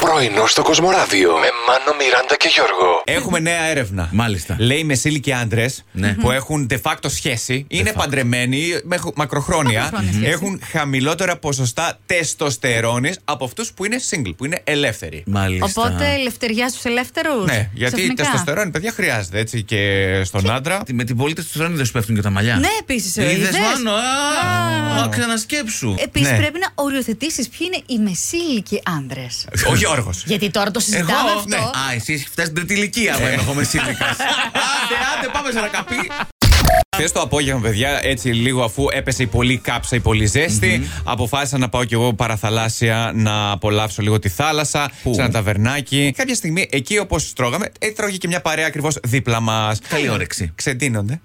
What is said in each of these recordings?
Πρωινό στο Κοσμοράδιο με Μάνο, Μιράντα και Γιώργο. Έχουμε νέα έρευνα. Μάλιστα. Λέει μεσήλικοι και άντρες Ναι. που έχουν de facto σχέση, είναι παντρεμένοι μέχου- μακροχρόνια, Μακροχρόνια σχέση. έχουν χαμηλότερα ποσοστά τεστοστερόνη από αυτούς που είναι single, που είναι ελεύθεροι. Μάλιστα. Οπότε ελευθεριά στους ελεύθερους. Ναι, γιατί η τεστοστερόνη, παιδιά, χρειάζεται έτσι και στον άντρα. Τι- Με την πολίτη τους δεν σου πέφτουν και τα μαλλιά. Ναι, επίσης, ε, Είδες, είδες. Μάνο, α, Α. Ε, α, ξανασκέψου. Επίσης Ναι. πρέπει να οριοθετήσεις ποιοι είναι οι μεσήλικοι άντρε. Ο Γιώργο. Γιατί τώρα το συζητάμε αυτό. ναι. Α, εσύ έχεις φτάσει την τρίτη Ε, ηλικία, άμα είμαι εγώ μεσήλικα. Άντε, άντε, πάμε σε ένα καπί. Χθες το απόγευμα, παιδιά, έτσι λίγο αφού έπεσε η πολύ κάψα, η πολύ ζέστη, αποφάσισα να πάω κι εγώ παραθαλάσσια να απολαύσω λίγο τη θάλασσα, σε ένα ταβερνάκι. Ε, Κάποια στιγμή, εκεί όπως τρώγαμε, ε, τρώγε και μια παρέα ακριβώς δίπλα μας. Καλή όρεξη. Ξεντίνονται.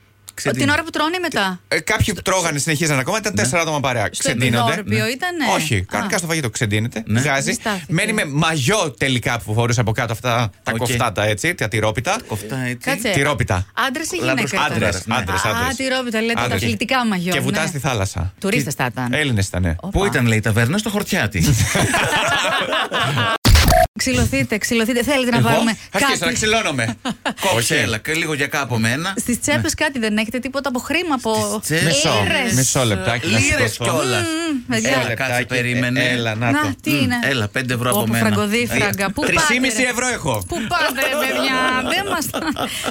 Την ώρα που τρώνε μετά. Ε, κάποιοι που τρώγανε, συνεχίζαν ακόμα, ήταν τέσσερα άτομα παρέα. Στο Ξεντίνονται. Ναι. επιδόρπιο ήτανε. Όχι, Α. κανονικά στο φαγητό ξεντίνεται, Ναι. βγάζει. Ζεστάθηκε. Μένει με μαγιό τελικά που φορούσε από κάτω αυτά τα Οκ. κοφτάτα έτσι, τα τυρόπιτα. Κοφτά έτσι. Κάτσε. Τυρόπιτα. Άντρες ή Λάμπρος, γυναίκα. ήταν? άντρες, Άντρε, άντρε. ναι. Α, τυρόπιτα, λέτε, τα αθλητικά μαγιό, Και βουτά ναι. στη θάλασσα. Τουρίστες τα ήταν. Έλληνες ήταν. Οπα. Πού ήταν, λέει, η ταβέρνα στο χορτιάτι. Ξυλωθείτε, ξυλωθείτε. Θέλετε να Εγώ πάρουμε αρχίσα να κάτι. ξυλώνομαι. Κόψε, έλα, και λίγο για κάπου μένα. Στις τσέπες κάτι δεν έχετε τίποτα από χρήμα, από Στις τσέπες. Μισό, Λίρες. Ναι. μισό λεπτάκι να Λίρες σηκωθώ. κιόλας. παιδιά. Έλα, Λεπτάκι, κάτσε, περίμενε. ε, Έλα, να το. Να, τι είναι. Έλα, 5 ευρώ από Όπου μένα. φραγκοδί, Ε, φράγκα. Πού 3,5 πάτε, ρε. ευρώ έχω. Πού πάτε, ρε, παιδιά. Δεν μας...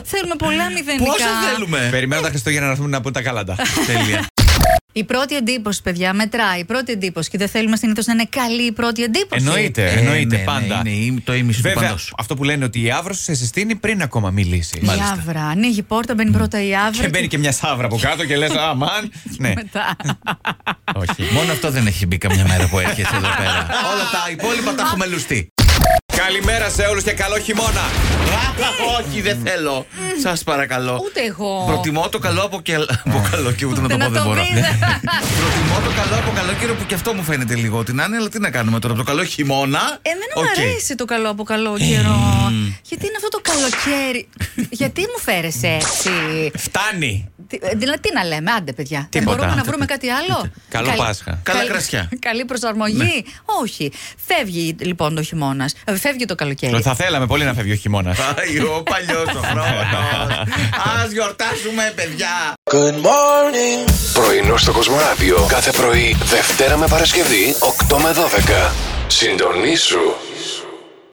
Θέλουμε πολλά μηδενικά. Πόσα θέλουμε. Περιμένω τα Χριστούγεννα να έρθουν να πούν τα καλάντα. Τέλεια. Η πρώτη εντύπωση, παιδιά, μετράει. Η πρώτη εντύπωση. Και δεν θέλουμε συνήθως να είναι καλή η πρώτη εντύπωση. Εννοείται, Ε, ναι, εννοείται ναι, πάντα. είναι η- το ίμιση του Βέβαια, παντός. αυτό που λένε ότι η αύριο σε συστήνει πριν ακόμα μιλήσεις. Η άβρα. Ανοίγει η πόρτα, μπαίνει πρώτα η άβρα. Και μπαίνει και μια σαύρα από κάτω και λες, αμάν. Ναι, Μετά. όχι. Μόνο αυτό δεν έχει μπει καμιά μέρα που έρχεσαι εδώ πέρα. Όλα τα υπόλοιπα τα έχουμε λουστεί. Καλημέρα σε όλους και καλό χειμώνα. Όχι, δεν θέλω. Σας παρακαλώ. Ούτε εγώ. Προτιμώ το καλό από, και... από καλό και ούτε να το Ούτε πω δεν μπορώ. πεις. Προτιμώ το καλό από καλό κύριο που και αυτό μου φαίνεται λίγο ότι να είναι, αλλά τι να κάνουμε τώρα. Από το καλό χειμώνα. Ε, Εμένα οκ. Ε, μου αρέσει το καλό από καλό καιρό. Γιατί είναι αυτό το καλοκαίρι. Γιατί μου φέρεσαι έτσι. Φτάνει. Τι- ε, Δηλαδή, τι να λέμε, άντε παιδιά. Δεν Τίποτα. μπορούμε να βρούμε κάτι άλλο. Καλό Καλή- Πάσχα. Ναι. Καλά καλή- κρασιά. Καλή προσαρμογή. Όχι. Φεύγει λοιπόν το χειμώνας. Φεύγει το καλοκαίρι. Θα θέλαμε πολύ να φεύγει ο χειμώνας. Αϊ, ο παλιός ο χρόνος. Ας γιορτάσουμε, παιδιά. Πρωινό στο Κοσμοράδιο κάθε πρωί, Δευτέρα με Παρασκευή, 8 με 12. Συντονίσου.